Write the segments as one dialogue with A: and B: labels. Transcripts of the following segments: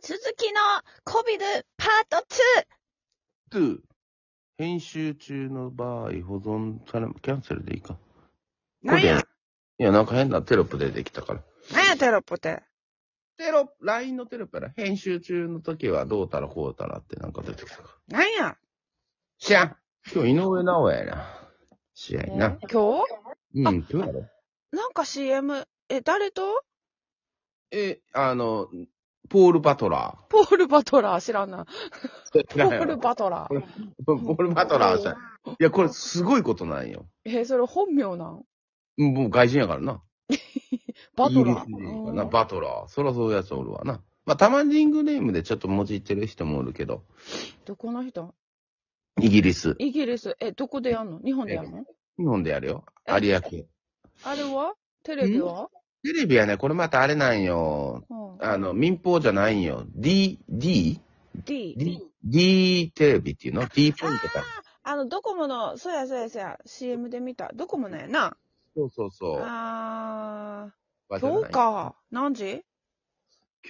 A: 鈴木のコビルパート
B: to 編集中の場合、保存され、キャンセルでいいか。
A: 2! なんや
B: こいや、なんか変なテロップ出てきたから。
A: なんやテロップって。
B: テロップ、LINE のテロップやら、編集中の時はどうたらこうたらってなんか出てきたから。
A: なんや
B: 知らん今日井上直弥やな。試合な。う
A: 今
B: ん、
A: あ
B: 今日やろ。
A: 日なんか CM、え、誰と
B: え、あの、ポール・バトラ
A: ポール・バトラー知らんな。
B: ー。
A: ポール・バトラー。
B: ポール・バトラーさ。いや、これすごいことなんよ。
A: え、それ本名なん
B: もう外人やからな。
A: バト
B: イギリ
A: ラ
B: ス
A: ー。
B: 人かな、
A: うん
B: バトラー。そらそういうやつおるわな。まあ、たまにリングネームでちょっと用いてる人もおるけど、
A: どこの人
B: イギリス。
A: イギリス。え、どこでやんの日本でやんの
B: 日本でやるよ。
A: え
B: 有明。テ
A: あれはテレビは
B: レビはね、これまたあれなんよ。
A: うん。
B: あの、民放じゃないんよ。D、D?
A: D。
B: D, D テレビっていうの ?D ポイント
A: あ
B: か。
A: あの、ドコモの、そうやそうやそうや、CM で見た。ドコモなんやな。
B: そうそうそう。
A: あー、
B: じゃない
A: 今日。か。何時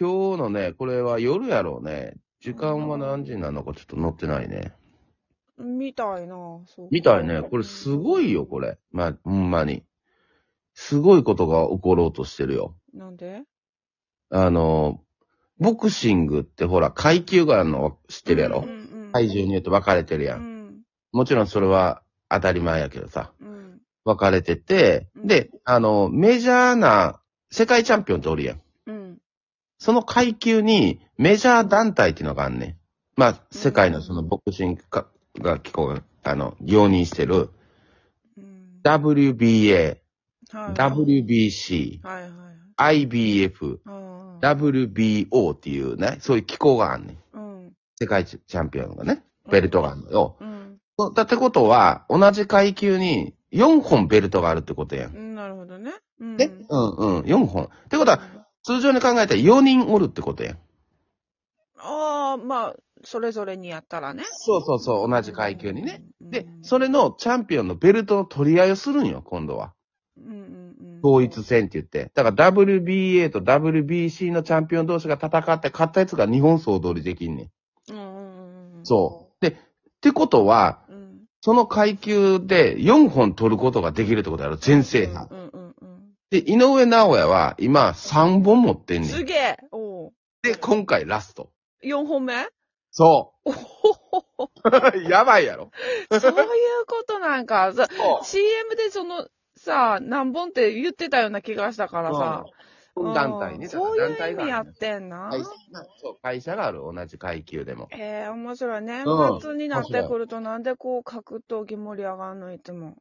B: 今日のね、これは夜やろうね。時間は何時なのかちょっと載ってないね。
A: みたいな。そうか
B: みたいね。これすごいよ、これ。まあ、ほんまに。すごいことが起ころうとしてるよ。
A: なんで
B: あの、ボクシングってほら、階級があるの知ってるや
A: う
B: ろ
A: んうんうん、
B: 体重によって分かれてるや。
A: うんん。
B: もちろんそれは当たり前やけどさ、
A: うん。
B: 分かれてて、
A: うん
B: で、あの、メジャーな世界チャンピオンっておるやん。
A: うん。
B: その階級にメジャー団体っていうのがあんねん。まあ、世界のそのボクシングかが機構が、あの、容認してる
A: うん。
B: WBA、
A: はい、
B: WBC、
A: はいはい。
B: IBF、
A: うん。
B: WBO っていうね、そういう機構があんねん。
A: うん。
B: 世界チャンピオンがね、ベルトがあるのよ。
A: うん。
B: そうだってことは、同じ階級に4本ベルトがあるってことやん。
A: うん。なるほどね。うん。
B: ねうんうん、4本。ってことは、通常に考えたら4人おるってことやん。
A: ああ、まあ、それぞれにやったらね。
B: そうそうそう、同じ階級にね。
A: うん。
B: で、それのチャンピオンのベルトの取り合いをするんよ、今度は。
A: うんうんうん。
B: 統一戦って言って。だから WBA と WBC のチャンピオン同士が戦って勝ったやつが日本総取りできんねん。っ
A: うんうんうん。
B: そうてことは、
A: う。うん。
B: その階級で4本取ることができるってことやろ、全制覇。
A: うんうんうん
B: で、井上直弥は今3本持って
A: うんん。
B: ね
A: す
B: ん。
A: げえおお。
B: で、今回ラスト。
A: 4本 目
B: そ
A: おほほほ。
B: う。 やばいやろ。
A: そういうことなんか。そ
B: そ
A: CM でその、さあ、何本って言ってたような気がしたからさ。
B: うん団体ね。
A: うんそういう
B: 団体
A: 意
B: があ
A: 味
B: る
A: やってんな。
B: 会社がそう、会社がある、同じ階級でも。
A: ええ面白い。年
B: うん
A: 末になってくると、なんでこう格闘技盛り上がんのいつも。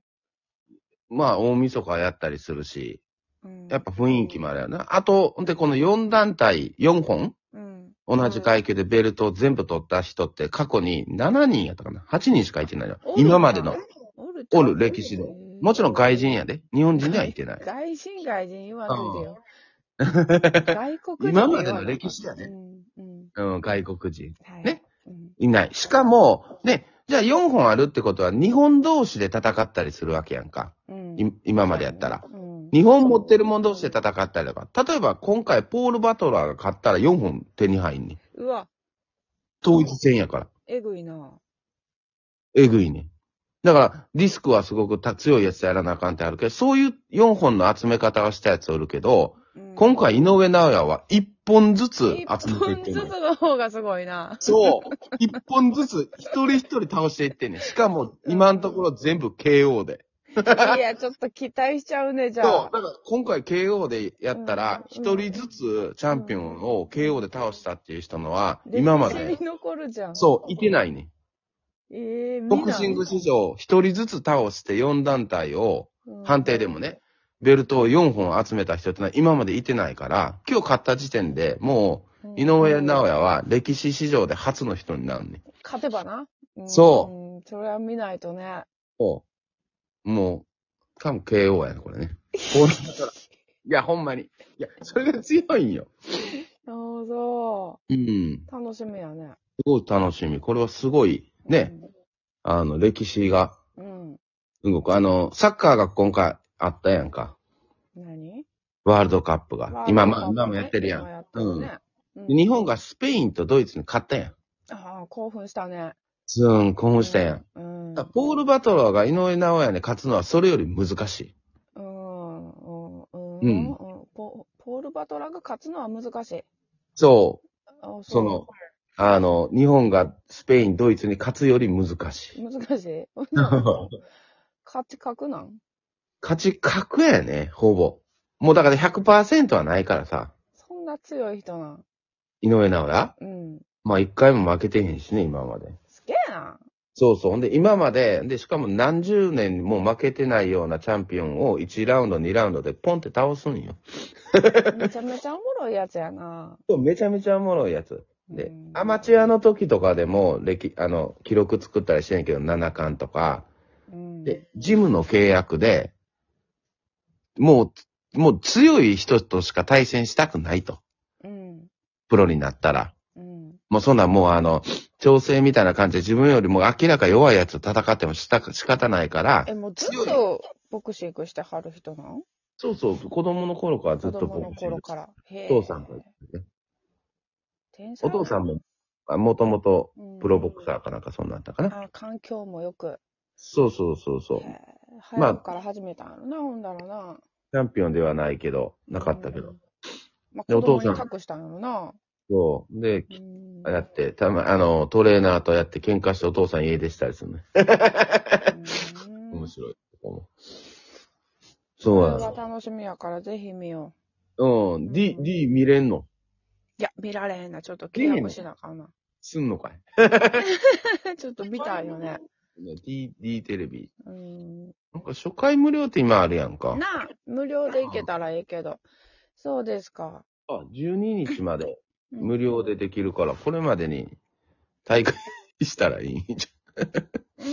B: まあ、大晦日やったりするし、
A: うん
B: やっぱ雰囲気もあるよな。あと、で、この4団体、4本
A: うん。
B: 同じ階級でベルトを全部取った人って過去に7人やったかな ?8 人しかいてないの
A: お。るな
B: 今までの。
A: おる
B: おる歴史のもちろん外人やで。日本人にはいてない。
A: 外人、外人言わないでよ。外国人。
B: 今までの歴史だね。
A: うん。うん。
B: うん、外国人。
A: はい。
B: ね
A: うん。
B: いない。しかも、ね、じゃあ4本あるってことは、日本同士で戦ったりするわけやんか。
A: うん。
B: い今までやったら。
A: うん。
B: 日本持ってるもん同士で戦ったりとか。例えば今回ポール・バトラーが勝ったら4本手に入んねん。
A: うわ、
B: 統一戦やから。
A: えぐいな。
B: えぐいねん。だから、リスクはすごくた強いやつやらなあかんってあるけど、そういう4本の集め方をしたやつおるけど、
A: うん
B: 今回井上尚弥は1本ずつ
A: 一
B: 集め
A: 本
B: ていって
A: ず
B: ん
A: つ
B: ねん。
A: の方がすごい な。
B: そう。一本ずつ、一人一人倒していってんねん。しかも、今のところ全部 KO で。
A: いや、ちょっと期待しちゃうね、じ
B: そ
A: ゃ
B: う。
A: あ
B: だ。から今回 KO でやったら、
A: うん
B: 一人ずつチャンピオンを KO で倒したっていう人のは、
A: 歴史
B: 今まで
A: に、残るじゃん。
B: そう、いてないね
A: う。ええ
B: ん。ボクシング史上、一人ずつ倒して4団体を、判定でもね、ベルトを4本集めた人ってのは今までいてないから、今日勝った時点でも
A: うん、
B: う、井上尚弥は歴史史上で初の人になるねん。
A: 勝てばな。うん
B: そう
A: うん。それは見ないとね。
B: おもう、かも KO やな、これね。こうなった ら。いや、ほんまに。いや、それが強いんよ。
A: そうそ
B: うん。
A: う。楽しみやね。
B: すごい楽しみ。これはすごい、ね、あの、歴史が
A: うん。うん。
B: 動く。あの、サッカーが今回あったやんか。
A: 何
B: ワールドカップが。今、まあ、
A: ワールドカ
B: 今
A: ップね
B: もやってるや
A: 今
B: ん。
A: やってるねうん
B: 日本がスペインとドイツに勝ったやん。
A: ああ、興奮したね。
B: ずーん、興奮したやん。
A: うん。うん。
B: だからポール・バトラーが井上尚弥に勝つのはそれより難しい。
A: うん。うん。
B: う
A: うんんポポール・バトラーが勝つのは難しい。
B: そう。
A: あそう
B: その、あの、日本がスペイン、ドイツに勝つより難しい。
A: 難 しい。
B: 勝
A: 勝ち確なん
B: ち確やね、ほぼ。もうだから100%はないからさ、
A: そんな強い人なん。
B: 井上尚弥
A: うん。
B: まあ一回も負けてへんしね、今まで。
A: すげえな。
B: そうそう。ほんで、今まで、で、しかも何十年も負けてないようなチャンピオンを1ラウンド、2ラウンドでポンって倒すんよ。
A: めちゃめちゃおもろいやつやな。
B: めちゃめちゃおもろいやつ。で
A: うん、
B: アマチュアの時とかでも、歴、あの、記録作ったりしてんけど、7冠とか、
A: うん。
B: で、ジムの契約で、もう、もう強い人としか対戦したくないと。
A: うん。
B: プロになったら。
A: うん。
B: もうそんなんもうあの、調整みたいな感じで自分よりも明らか弱いやつと戦ってもした仕方ないから
A: え、、もうず
B: 強
A: っ
B: い
A: とボクシングしてはる人なん
B: そうそう、子供の頃からず
A: 子
B: っと
A: 供の
B: ボクシング
A: 頃から。へ
B: お
A: え
B: 父さんが、ね、
A: 天才
B: お父さんも、もともとプロボクサ
A: ー。
B: ーかなんかそんなんやったかな。
A: あ環境もよく。
B: そうそうそうそう。
A: へえ
B: まあ
A: 早くから始めたんやろな、ほんだらな。
B: チャンピオンではないけど、なかったけ
A: う
B: ど
A: ん。。まあ、
B: でお
A: 子
B: 父
A: 供
B: さん
A: に託したんやろな。
B: そう。で、
A: うん
B: やって、たま、あの、トレーナーとやって喧嘩してお父さん家出したりするね。
A: うん
B: 面
A: そ
B: 白い。そう
A: れ
B: な
A: は
B: の。
A: 楽しみやから、ぜひ見よ
B: うん。D、D 見れんの
A: う。いや、見られへんな。ちょっと
B: 見えへん
A: 契
B: の
A: 約しなあかんな。
B: すんのかい
A: ちょっと見たいよね。
B: ?D、D テレビ。
A: うん。
B: なんか初回無料って今あるやんか。
A: なあ、無料で行けたらいいけど。そうですか。
B: あ、12日まで
A: うん
B: 無料でできるから、これまでに大会したらいいんじ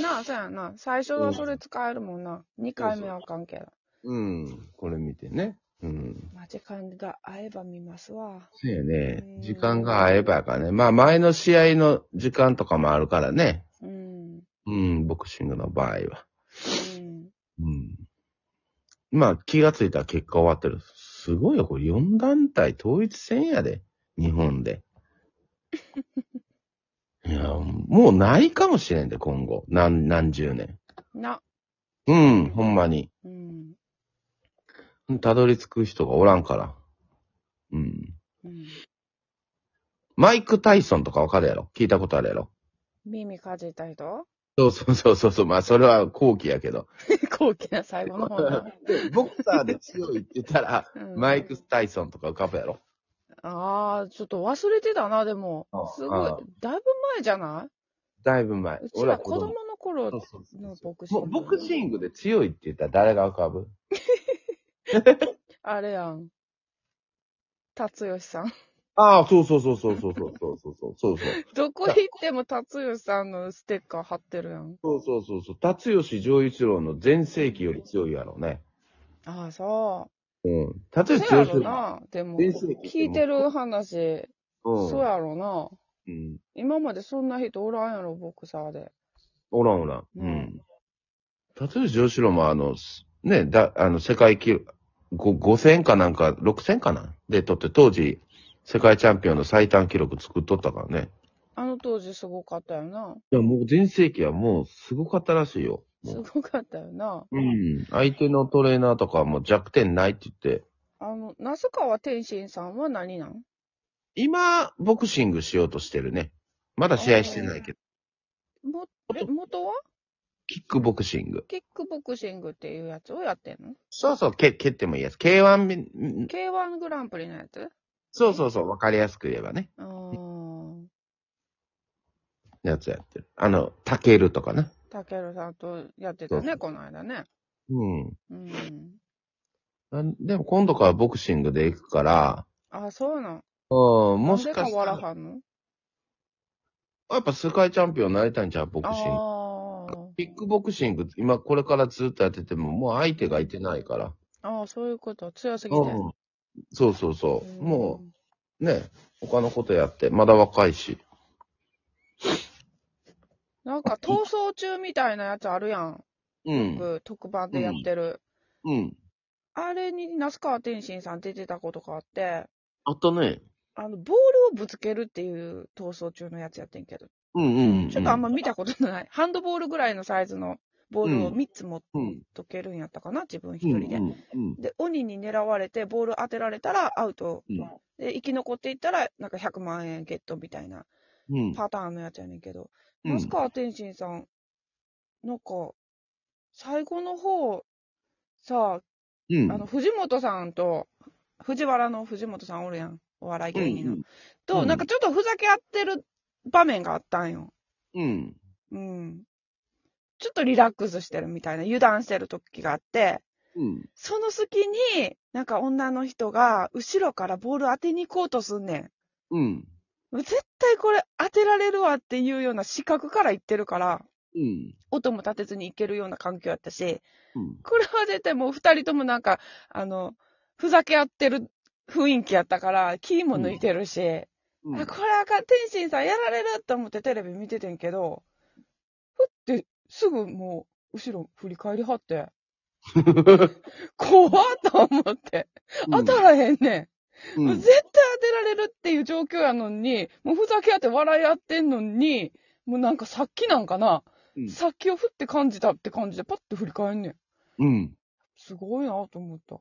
A: なあ、そうやな。最初はそれ使えるもんな。2回目はあかんけど。
B: ゃん。 うん。これ見てね。うん。
A: まあ、時間が合えば見ますわ。
B: そうやね
A: う。ん
B: 時間が合えばやからね。まあ前の試合の時間とかもあるからね。
A: うん。
B: うん、ボクシングの場合は。
A: うん。
B: うん。まあ、気がついたら結果終わってる。すごいよ、これ4団体統一戦やで。日本 で。いや、もうないかもしれんで、今後。何、何十年。
A: な。
B: うん、ほんまに。
A: うん。
B: たどり着く人がおらんから。うん。
A: うん、
B: マイク・タイソンとかわかるやろ聞いたことあるやろ
A: 耳かじった 人
B: そうそうそうそうそう。まあ、それは後期やけど。
A: 高貴な最後の方 な。
B: でボクサーで強いって言ったら、
A: うん
B: マイク・タイソンとか浮かぶやろ
A: ああ、ちょっと忘れてたな、でも
B: あ。
A: すごい
B: あ。
A: だいぶ前じゃな
B: だいぶ前
A: い。うち
B: 俺は
A: ら
B: 子
A: 子
B: 供
A: 供の頃
B: そうそうそう
A: のボクシ
B: も
A: ング。
B: うボクシングで強いって言ったら誰が浮かぶ
A: あれやん。達吉さん。
B: ああ、そうそうそうそうそうそうそうそうそうそうそう。
A: どこ行っても達吉さんのステッカー貼ってるやん。
B: そうそうそうそう。達吉丈一郎の全盛期より強いやろうね。
A: ああ、そ
B: うん。
A: う。
B: 達吉
A: そ
B: 丈
A: うや
B: 一郎。
A: ろな。でも、
B: 全盛期ってもう
A: 聞いてる話、
B: うん。
A: そうやろな。
B: うん。
A: 今までそんな人おらんやろ、ボクサーで。
B: おらんおらん。う
A: うんん。
B: 達吉丈一郎もあの、すね、だ、あの、世界記録、ご5000かなんか、6000かなで、とって当時、世界チャンピオンの最短記録作っとったからね。
A: あの当時すごかったよな。
B: いや、もう全盛期はもうすごかったらしいよ。もう
A: すごかったよな。
B: うん。相手のトレーナーとかはもう弱点ないって言って、
A: あの、那須川天心さんは何なん
B: 今、ボクシングしようとしてるね。まだ試合してないけど、
A: も、え元は
B: キックボクシング。
A: キックボクシングっていうやつをやってんの
B: そうそう、け蹴ってもいいやつ。K1 み、ん
A: ?K1 グランプリのやつ
B: そうそうそう、わかりやすく言えばね。
A: あー。
B: やつやってる。あの、タケルとかね。
A: たけるさんとやってた
B: そうそ
A: ね、この間ね。
B: うん。
A: うん。
B: なんでも今度からボクシングで行くから、
A: あ、そうなん。
B: うん、
A: も
B: も
A: し
B: し
A: か
B: か
A: し
B: したた
A: ら。
B: ら、
A: はんの
B: やっぱ世界チャンピオンになりたいんちゃうボクシング。
A: あ
B: キックボクシング、今これからずっとやってても、もう相手がいてないから。
A: あ。ああ、そういうこと。強すぎて。
B: うん。そうそうそう。
A: ん
B: もう、ね、他のことやって、まだ若いし。
A: なんか、逃走中みたいなやつあるやん。
B: うん。
A: 僕特番でやってる。
B: うん。
A: あれに、那須川天心さん出てたことがあって、
B: あったね。
A: あの、ボールをぶつけるっていう闘争中のやつやってんけど、
B: うんうん、うん。
A: ちょっとあんま見たことのない、ハンドボールぐらいのサイズのボールを3つ持っ
B: うん。
A: とけるんやったかな、自分一
B: うん。う
A: 人で。
B: ん。うん。
A: で、鬼に狙われて、ボール当てられたらアウト。
B: うん
A: で、生き残っていったら、なんか100万円ゲットみたいな
B: うん。
A: パターンのやつやねんけど、
B: うん
A: マスカー天心さん、なんか、最後の方、さ
B: う
A: あ、
B: ん。
A: あの、藤本さんと、藤原の藤本さんおるやん。お笑い芸人の。
B: う
A: と、
B: ん
A: なんかちょっとふざけ合ってる場面があったんよ。
B: うん。
A: うん。ちょっとリラックスしてるみたいな、油断してる時があって、
B: うん。
A: その隙に、なんか女の人が後ろからボール当てに行こうとすんねん。
B: うん。
A: もう絶対これ当てられるわっていうような視覚から言ってるから、
B: うん。
A: 音も立てずに行けるような環境やったし、
B: うん。
A: これは絶対もう二人ともなんか、あの、ふざけ合ってる雰囲気やったから、キーも抜いてるし、
B: うん
A: あ、これあかん、天心さんやられると思ってテレビ見ててんけど、ふってすぐもう後ろ振り返りはって、怖っと思って、当たらへんねん。
B: うん
A: もう絶対当てられるっていう状況やのに、もうふざけ合って笑い合ってんのに、もうなんかさっきなんかな、
B: うん
A: さっきをふって感じたって感じでパッと振り返んねん。
B: うん。
A: すごいなと思った。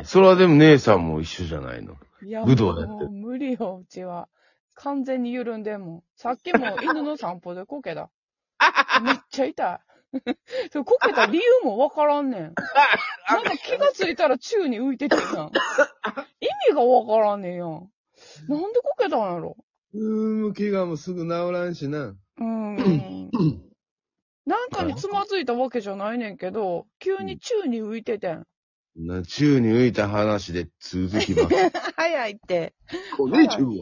B: えーそれはでも姉さんも一緒じゃないの。
A: いや、
B: 武道やって
A: もう無理よ、うちは。完全に緩んでんもん。さっきも犬の散歩でこけた。めっちゃ痛い。 そうこけた理由もわからんねん。なんか気がついたら宙に浮いててたん。意味がわからんねんやん。なんでこけたんやろ。
C: うーん、怪我もすぐ治らんしな。
A: うん。なんかにつまずいたわけじゃないねんけど、急に宙に浮いててん。
B: な、宙に浮いた話で続きます。
A: 早いって。
B: こ
A: れ宙
B: は。